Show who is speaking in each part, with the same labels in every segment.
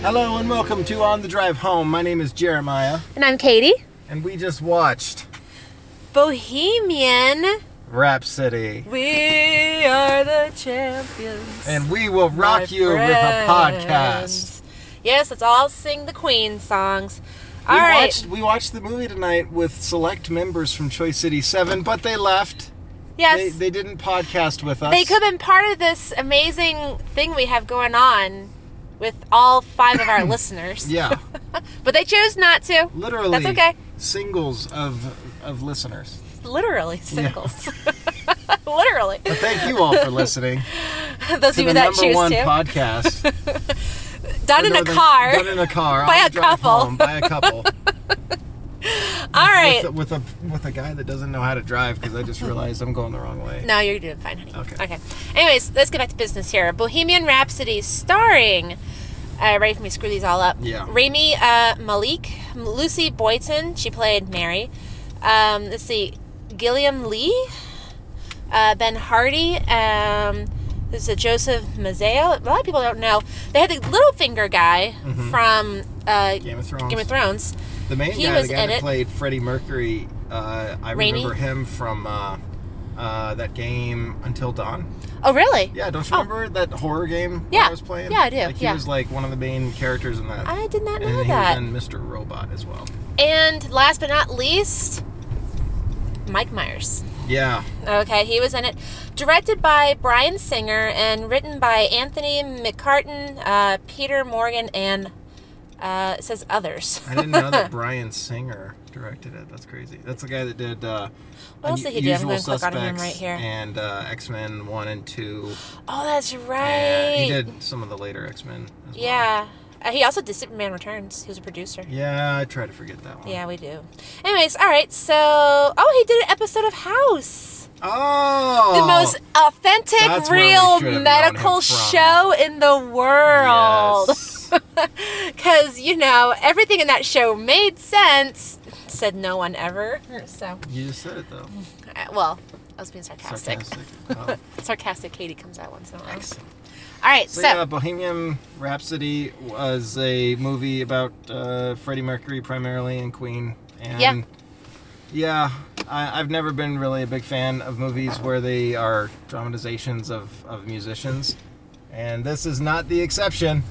Speaker 1: Hello and welcome to On the Drive Home. My name is Jeremiah,
Speaker 2: And I'm Katie.
Speaker 1: and we just watched
Speaker 2: Bohemian.
Speaker 1: Rhapsody.
Speaker 2: We are the champions.
Speaker 1: And we will
Speaker 2: my
Speaker 1: rock you with a podcast.
Speaker 2: friends. Yes, let's all sing the Queen songs. All
Speaker 1: we
Speaker 2: right.
Speaker 1: watched we watched the movie tonight with select members from Choice City 7, but they left.
Speaker 2: yes.
Speaker 1: They, they didn't podcast with us.
Speaker 2: They could have been part of this amazing thing we have going on with all five of our listeners.
Speaker 1: Yeah,
Speaker 2: But they chose not to.
Speaker 1: literally.
Speaker 2: That's okay.
Speaker 1: Singles of of listeners.
Speaker 2: Literally singles. Literally.
Speaker 1: But thank you all for listening to
Speaker 2: Those of
Speaker 1: the
Speaker 2: you that
Speaker 1: number
Speaker 2: choose
Speaker 1: one
Speaker 2: to.
Speaker 1: podcast.
Speaker 2: done in a
Speaker 1: Northern-
Speaker 2: car.
Speaker 1: Done in a car.
Speaker 2: By
Speaker 1: on
Speaker 2: a
Speaker 1: the drive
Speaker 2: couple.
Speaker 1: home, by a couple.
Speaker 2: all right.
Speaker 1: with, a, with a with a guy that doesn't know how to drive because I just realized I'm going the wrong way.
Speaker 2: No, you're doing fine, honey.
Speaker 1: Okay.
Speaker 2: Okay. Anyways, let's get back to business here. Bohemian Rhapsody, starring. Uh, ready for me to screw these all up?
Speaker 1: Yeah.
Speaker 2: Rami uh, Malik, Lucy Boyton, she played Mary. Um, let's see, Gilliam Lee, uh, Ben Hardy. Um, this is a Joseph Mazeo. A lot of people don't know. They had the Littlefinger guy
Speaker 1: Mm-hmm.
Speaker 2: from uh,
Speaker 1: Game of Thrones.
Speaker 2: Game of Thrones.
Speaker 1: The main
Speaker 2: He
Speaker 1: guy,
Speaker 2: was
Speaker 1: the guy
Speaker 2: in
Speaker 1: that
Speaker 2: it.
Speaker 1: played Freddie Mercury, uh, I
Speaker 2: Rainey?
Speaker 1: remember him from uh, uh, that game Until Dawn.
Speaker 2: Oh, really?
Speaker 1: Yeah, don't you
Speaker 2: Oh.
Speaker 1: remember that horror game
Speaker 2: Yeah.
Speaker 1: I was playing?
Speaker 2: Yeah, I do,
Speaker 1: Like, he
Speaker 2: yeah.
Speaker 1: was like one of the main characters in that.
Speaker 2: I did not
Speaker 1: and
Speaker 2: know
Speaker 1: he
Speaker 2: that.
Speaker 1: was in Mr. Robot as well.
Speaker 2: And last but not least, Mike Myers.
Speaker 1: Yeah,
Speaker 2: Okay, he was in it. Directed by Brian Singer and written by Anthony McCartan, uh, Peter Morgan, and uh, it says others.
Speaker 1: I didn't know that Brian Singer directed it. That's crazy. That's the guy that did. Uh,
Speaker 2: What else did he do? I'm
Speaker 1: Unusual
Speaker 2: gonna click on him
Speaker 1: Suspects
Speaker 2: right here.
Speaker 1: And uh, X Men One and Two.
Speaker 2: oh, that's right.
Speaker 1: And he did some of the later X Men. as well.
Speaker 2: Yeah. Uh, he also did Superman Returns. He was a producer.
Speaker 1: Yeah, I try to forget that one.
Speaker 2: Yeah, we do. Anyways, all right. So, oh, he did an episode of House.
Speaker 1: Oh.
Speaker 2: the most authentic,
Speaker 1: That's where we
Speaker 2: real
Speaker 1: should have known
Speaker 2: medical
Speaker 1: him from.
Speaker 2: show in the world.
Speaker 1: Yes.
Speaker 2: Because, you know, everything in that show made sense, said no one ever. So,
Speaker 1: You just said it though.
Speaker 2: uh, well, I was being sarcastic.
Speaker 1: Sarcastic.
Speaker 2: Sarcastic,
Speaker 1: Oh,
Speaker 2: Katie comes out once in a while.
Speaker 1: excellent.
Speaker 2: All right,
Speaker 1: So,
Speaker 2: so,
Speaker 1: yeah, Bohemian Rhapsody was a movie about uh, Freddie Mercury primarily and Queen. And
Speaker 2: Yeah.
Speaker 1: yeah, I, I've never been really a big fan of movies where they are dramatizations of, of musicians. And this is not the exception.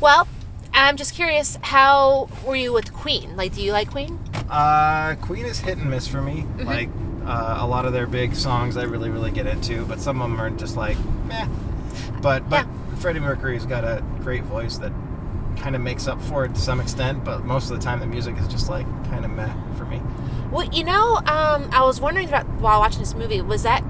Speaker 2: well, I'm just curious, how were you with Queen? Like, do you like Queen?
Speaker 1: Uh, Queen is hit and miss for me.
Speaker 2: Mm-hmm.
Speaker 1: Like uh, a lot of their big songs, I really really get into, but some of them are just like meh. But but Freddie Mercury's got a great voice that kind of makes up for it to some extent. But most of the time, the music is just like kind of meh for me.
Speaker 2: Well, you know, um, I was wondering about while watching this movie, was that,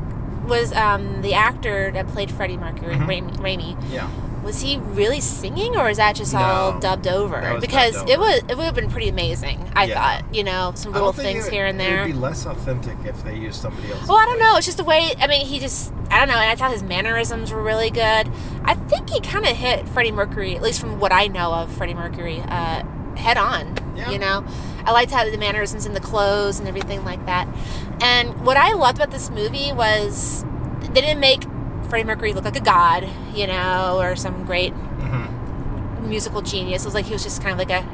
Speaker 2: was um, the actor that played Freddie Mercury,
Speaker 1: Mhm.
Speaker 2: Raimi, Raimi,
Speaker 1: Yeah.
Speaker 2: was he really singing or is that just all
Speaker 1: No,
Speaker 2: dubbed over
Speaker 1: that was
Speaker 2: because
Speaker 1: dubbed
Speaker 2: it
Speaker 1: over.
Speaker 2: was it would have been pretty amazing i
Speaker 1: Yeah.
Speaker 2: thought you know some
Speaker 1: I
Speaker 2: little
Speaker 1: don't think
Speaker 2: things
Speaker 1: it-
Speaker 2: here and
Speaker 1: It
Speaker 2: there
Speaker 1: would be less authentic if they used somebody else.
Speaker 2: well i don't know it's just the way i mean he just i don't know and i thought his mannerisms were really good i think he kind of hit freddie mercury at least from what i know of freddie mercury uh, head on
Speaker 1: Yeah.
Speaker 2: you know i liked how the mannerisms in the clothes and everything like that and what i loved about this movie was they didn't make freddie mercury look like a god you know or some great
Speaker 1: Mhm.
Speaker 2: musical genius. It was like he was just kind of like a,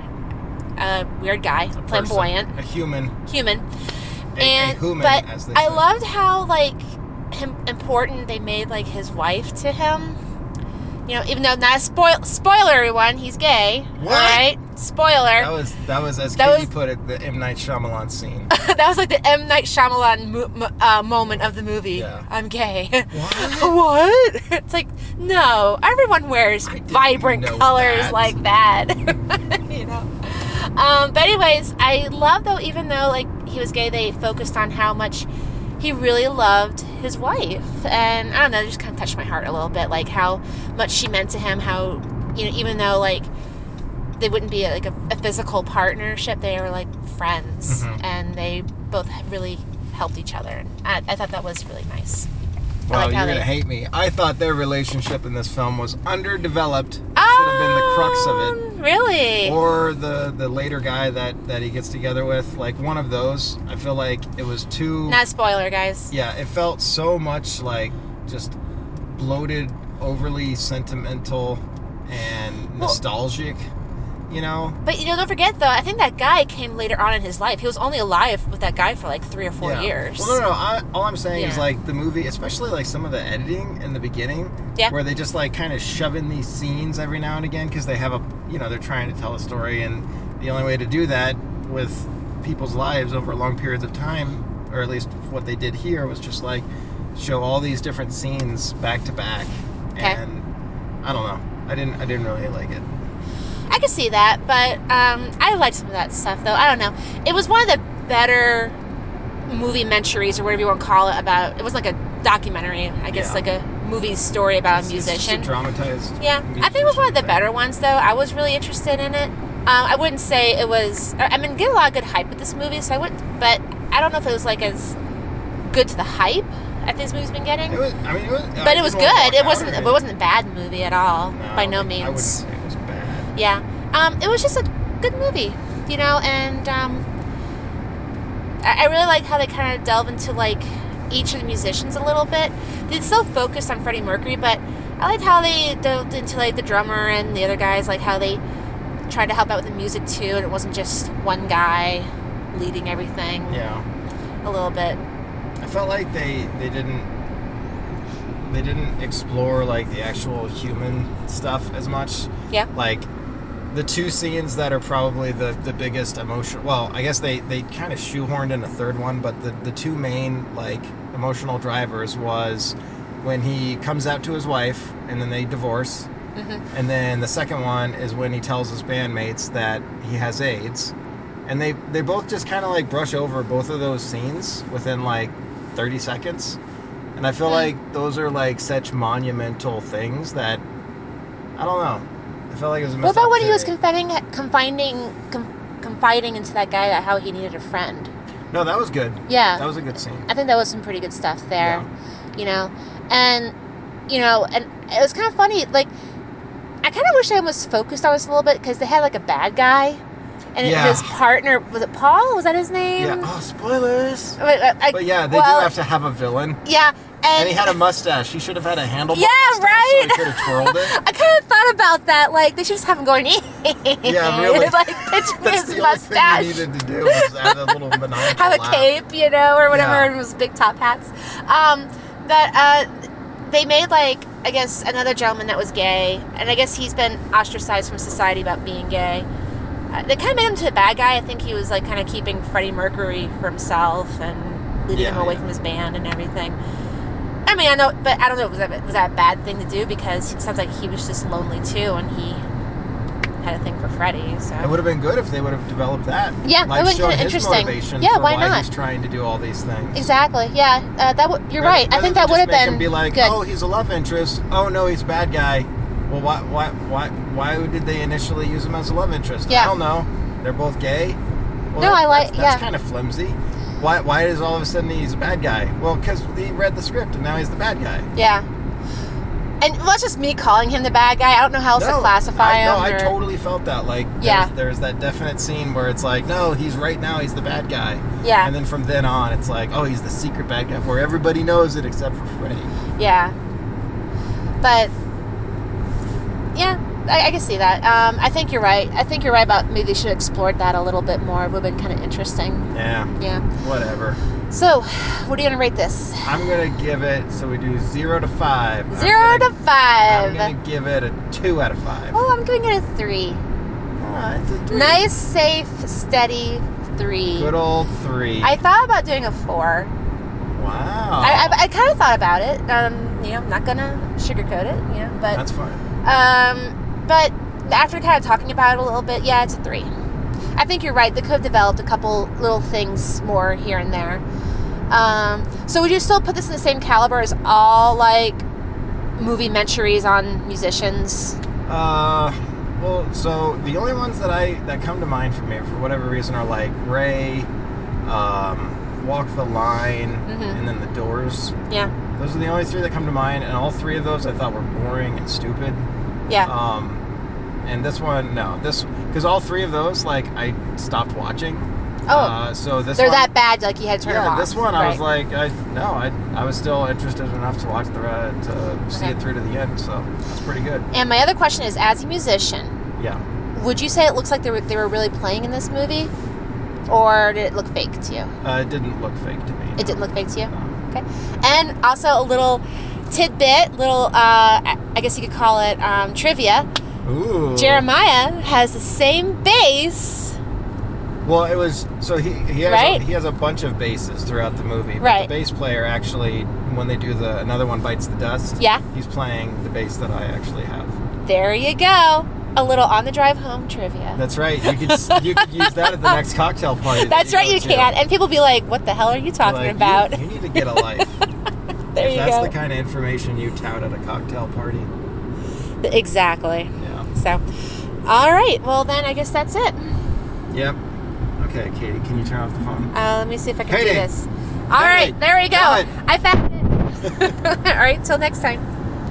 Speaker 2: a weird guy,
Speaker 1: A person,
Speaker 2: flamboyant
Speaker 1: a human,
Speaker 2: human.
Speaker 1: a,
Speaker 2: and
Speaker 1: a human,
Speaker 2: but
Speaker 1: as they
Speaker 2: I
Speaker 1: say.
Speaker 2: loved how like him, important they made like his wife to him. You know, even though not a spoil spoiler, everyone, he's gay.
Speaker 1: What?
Speaker 2: All right, spoiler.
Speaker 1: That was that was as
Speaker 2: That
Speaker 1: Katie
Speaker 2: was-
Speaker 1: put it, the M Night Shyamalan scene.
Speaker 2: that was like the M Night Shyamalan mo- mo- uh, moment of the movie.
Speaker 1: Yeah.
Speaker 2: I'm gay.
Speaker 1: What?
Speaker 2: What? It's like no. Everyone wears
Speaker 1: I didn't
Speaker 2: vibrant
Speaker 1: know
Speaker 2: colors
Speaker 1: that.
Speaker 2: like that. you know. Um, but anyways, I love though even though like he was gay, they focused on how much he really loved his wife, and I don't know, it just kind of touched my heart a little bit, like how much she meant to him. How you know, even though like they wouldn't be like a, a physical partnership. They were like friends,
Speaker 1: Mhm.
Speaker 2: and they both really helped each other. And I, I thought that was really nice. I
Speaker 1: Well,
Speaker 2: like how
Speaker 1: you're gonna
Speaker 2: they-
Speaker 1: hate me. I thought their relationship in this film was underdeveloped. Should have been the crux of
Speaker 2: Um, Really?
Speaker 1: it. Or the the later guy that that he gets together with, like one of those. I feel like it was too.
Speaker 2: Not a spoiler, guys.
Speaker 1: Yeah, it felt so much like just bloated, overly sentimental and
Speaker 2: Well-
Speaker 1: nostalgic. you know,
Speaker 2: But you know, don't forget though. I think that guy came later on in his life. He was only alive with that guy for like three or four
Speaker 1: Yeah.
Speaker 2: years.
Speaker 1: Well, no, no. I, all I'm saying is
Speaker 2: Yeah.
Speaker 1: like the movie, especially like some of the editing in the beginning,
Speaker 2: Yeah.
Speaker 1: where they just like kind of shove in these scenes every now and again because they have a, you know, they're trying to tell a story, and the only way to do that with people's lives over long periods of time, or at least what they did here, was just like show all these different scenes back to back,
Speaker 2: Okay.
Speaker 1: and I don't know. I didn't. I didn't really like it.
Speaker 2: I could see that, but um, I liked some of that stuff though. I don't know. It was one of the better movie mentaries or whatever you want to call it about. It was like a documentary, I guess,
Speaker 1: Yeah.
Speaker 2: like a movie story about a
Speaker 1: It's- it's just
Speaker 2: musician.
Speaker 1: a dramatized.
Speaker 2: Yeah, I think it was one
Speaker 1: musician
Speaker 2: of the
Speaker 1: thing.
Speaker 2: better ones, though. I was really interested in it. Um, I wouldn't say it was. I I mean, get a lot of good hype with this movie, so I wouldn't. But I don't know if it was like as good to the hype that this movie's been getting.
Speaker 1: It was. I mean, it was.
Speaker 2: but it was good. It wasn't. It wasn't a bad movie at all,
Speaker 1: No,
Speaker 2: by no
Speaker 1: I wouldn't
Speaker 2: means.
Speaker 1: say it was bad.
Speaker 2: Yeah. Um, it was just a good movie, you know, and um, I, I really like how they kind of delve into like each of the musicians a little bit. They still focused on Freddie Mercury, but I liked how they delved into like the drummer and the other guys, like how they tried to help out with the music too, and it wasn't just one guy leading everything
Speaker 1: Yeah,
Speaker 2: a little bit.
Speaker 1: I felt like they they didn't they didn't explore like the actual human stuff as much.
Speaker 2: Yeah.
Speaker 1: Like the two scenes that are probably the the biggest emotional. Well, I guess they they kind of shoehorned in a third one, but the the two main like emotional drivers was when he comes out to his wife and then they divorce.
Speaker 2: Mm-hmm.
Speaker 1: And then the second one is when he tells his bandmates that he has AIDS. And they, they both just kind of like brush over both of those scenes within like 30 seconds. And I feel
Speaker 2: Hmm.
Speaker 1: like those are like such monumental things that I don't know. I felt like it was a
Speaker 2: What
Speaker 1: missed
Speaker 2: about when he was
Speaker 1: opportunity.
Speaker 2: confiding, confiding, com- confiding into that guy that how he needed a friend?
Speaker 1: No, that was good.
Speaker 2: Yeah.
Speaker 1: That was a good scene.
Speaker 2: I think that was some pretty good stuff there,
Speaker 1: Yeah.
Speaker 2: you know, and you know, and it was kind of funny. Like, I kind of wish I almost focused on this a little bit because they had like a bad guy, and
Speaker 1: Yeah.
Speaker 2: his partner was it Paul? Was that his name?
Speaker 1: Yeah. Oh, spoilers.
Speaker 2: Wait, wait, I-
Speaker 1: But yeah, they
Speaker 2: Um, well,
Speaker 1: do have to have a villain.
Speaker 2: Yeah, and,
Speaker 1: And he had a mustache. He should have had a handlebar.
Speaker 2: yeah,
Speaker 1: mustache, So
Speaker 2: right.
Speaker 1: he could have twirled it.
Speaker 2: I kind of thought about that. Like, they should just have him going. Yeah,
Speaker 1: really.
Speaker 2: like, pitching
Speaker 1: That's
Speaker 2: his
Speaker 1: the
Speaker 2: mustache.
Speaker 1: only thing you needed to do was add a little maniacal
Speaker 2: have a
Speaker 1: laugh.
Speaker 2: cape, you know, or whatever,
Speaker 1: Yeah.
Speaker 2: and it was big top hats. Um, but uh, they made like I guess another gentleman that was gay, and I guess he's been ostracized from society about being gay. Uh, they kind of made him to a bad guy. I think he was like kind of keeping Freddie Mercury for himself and leading
Speaker 1: Yeah,
Speaker 2: him away
Speaker 1: yeah.
Speaker 2: from his band and everything. I mean, I know, but I don't know. Was that was that a bad thing to do? Because it sounds like he was just lonely too, and he had a thing for Freddie. So
Speaker 1: It would have been good if they would have developed that.
Speaker 2: Yeah,
Speaker 1: like
Speaker 2: it would've
Speaker 1: show
Speaker 2: been
Speaker 1: his
Speaker 2: interesting.
Speaker 1: motivation
Speaker 2: Yeah,
Speaker 1: for
Speaker 2: why
Speaker 1: why
Speaker 2: not?
Speaker 1: he's trying to do all these things.
Speaker 2: Exactly. Yeah. Uh, that w- you're
Speaker 1: Rather-
Speaker 2: right. I
Speaker 1: rather
Speaker 2: think
Speaker 1: than
Speaker 2: that would
Speaker 1: just
Speaker 2: have
Speaker 1: make
Speaker 2: been
Speaker 1: him be like,
Speaker 2: good.
Speaker 1: oh, he's a love interest. Oh no, he's a bad guy. Well, why, why, why, why did they initially use him as a love interest?
Speaker 2: Yeah.
Speaker 1: I don't know. They're both gay. Well,
Speaker 2: No, I like-
Speaker 1: That's, that's
Speaker 2: yeah.
Speaker 1: kind of flimsy. Why? Why is all of a sudden he's a bad guy? Well, because he read the script and now he's the bad guy.
Speaker 2: yeah. And well, that's just me calling him the bad guy. I don't know how else to classify
Speaker 1: I,
Speaker 2: him.
Speaker 1: No, I
Speaker 2: or-
Speaker 1: totally felt that. Like,
Speaker 2: Yeah.
Speaker 1: there's, there's that definite scene where it's like, no, he's right now, he's the bad guy.
Speaker 2: Yeah.
Speaker 1: And then from then on, it's like, oh, he's the secret bad guy, where everybody knows it except for Freddy.
Speaker 2: Yeah. But yeah, I, I can see that. Um, I think you're right. I think you're right about maybe they should have explored that a little bit more. It would have been kind of interesting.
Speaker 1: Yeah.
Speaker 2: Yeah.
Speaker 1: Whatever.
Speaker 2: So, what are you gonna rate this?
Speaker 1: I'm gonna give it. So we do zero to five. I'm gonna-
Speaker 2: 0 to 5
Speaker 1: I'm gonna give it a two out of five.
Speaker 2: oh, I'm giving it a three.
Speaker 1: Ah, it's a three.
Speaker 2: Nice, safe, steady three.
Speaker 1: Good old three.
Speaker 2: I thought about doing a four.
Speaker 1: wow.
Speaker 2: I, I, I kind of thought about it. Um, you know, I'm not gonna sugarcoat it. You know, but
Speaker 1: That's fine.
Speaker 2: um, but after kind of talking about it a little bit, yeah, it's a three. I think you're right. They could have developed a couple little things more here and there. Um, so would you still put this in the same caliber as all like movie mentaries on musicians?
Speaker 1: Uh, well, so the only ones that I that come to mind for me for whatever reason are like Ray, um, Walk the Line,
Speaker 2: Mhm.
Speaker 1: and then The Doors.
Speaker 2: Yeah,
Speaker 1: Those are the only three that come to mind, and all three of those I thought were boring and stupid.
Speaker 2: yeah,
Speaker 1: Uh, Um, and this one, no, this because all three of those like I stopped watching.
Speaker 2: Oh,
Speaker 1: Uh, so this
Speaker 2: they're
Speaker 1: one,
Speaker 2: that bad. Like you had to turn
Speaker 1: yeah,
Speaker 2: them off.
Speaker 1: this one I was
Speaker 2: Right.
Speaker 1: like, I no, I, I was still interested enough to watch the uh, to see
Speaker 2: Okay.
Speaker 1: it through to the end. So that's pretty good.
Speaker 2: And my other question is, as a musician,
Speaker 1: Yeah.
Speaker 2: would you say it looks like they were, they were really playing in this movie, or did it look fake to you?
Speaker 1: Uh, it didn't look fake to me. Um,
Speaker 2: It didn't look fake to you.
Speaker 1: No.
Speaker 2: Okay. And also a little tidbit, little uh, I I guess you could call it um, trivia.
Speaker 1: Ooh.
Speaker 2: Jeremiah has the same bass.
Speaker 1: Well, it was so he he has
Speaker 2: Right?
Speaker 1: a, he has a bunch of basses throughout the movie. But
Speaker 2: Right.
Speaker 1: The bass player actually, when they do the another one bites the dust.
Speaker 2: Yeah.
Speaker 1: He's playing the bass that I actually have.
Speaker 2: There you go. A little on the drive home trivia.
Speaker 1: That's right. You could s- you could use that at the next cocktail party. that
Speaker 2: That's right,
Speaker 1: go
Speaker 2: you
Speaker 1: to.
Speaker 2: can. And people be like, "What the hell are you
Speaker 1: You're
Speaker 2: talking
Speaker 1: like, you-
Speaker 2: about?"
Speaker 1: You, need to get a life.
Speaker 2: there
Speaker 1: if
Speaker 2: you
Speaker 1: that's
Speaker 2: go.
Speaker 1: the kind of information you tout at a cocktail party.
Speaker 2: exactly.
Speaker 1: Yeah.
Speaker 2: So, all right. Well, then I guess that's it.
Speaker 1: Yep. Okay, Katie, can you turn off the phone?
Speaker 2: Uh, let me see if I can
Speaker 1: Hate
Speaker 2: do
Speaker 1: it.
Speaker 2: this. All
Speaker 1: Hate
Speaker 2: right,
Speaker 1: it.
Speaker 2: there we go.
Speaker 1: Got it.
Speaker 2: I found it. All right, till next time.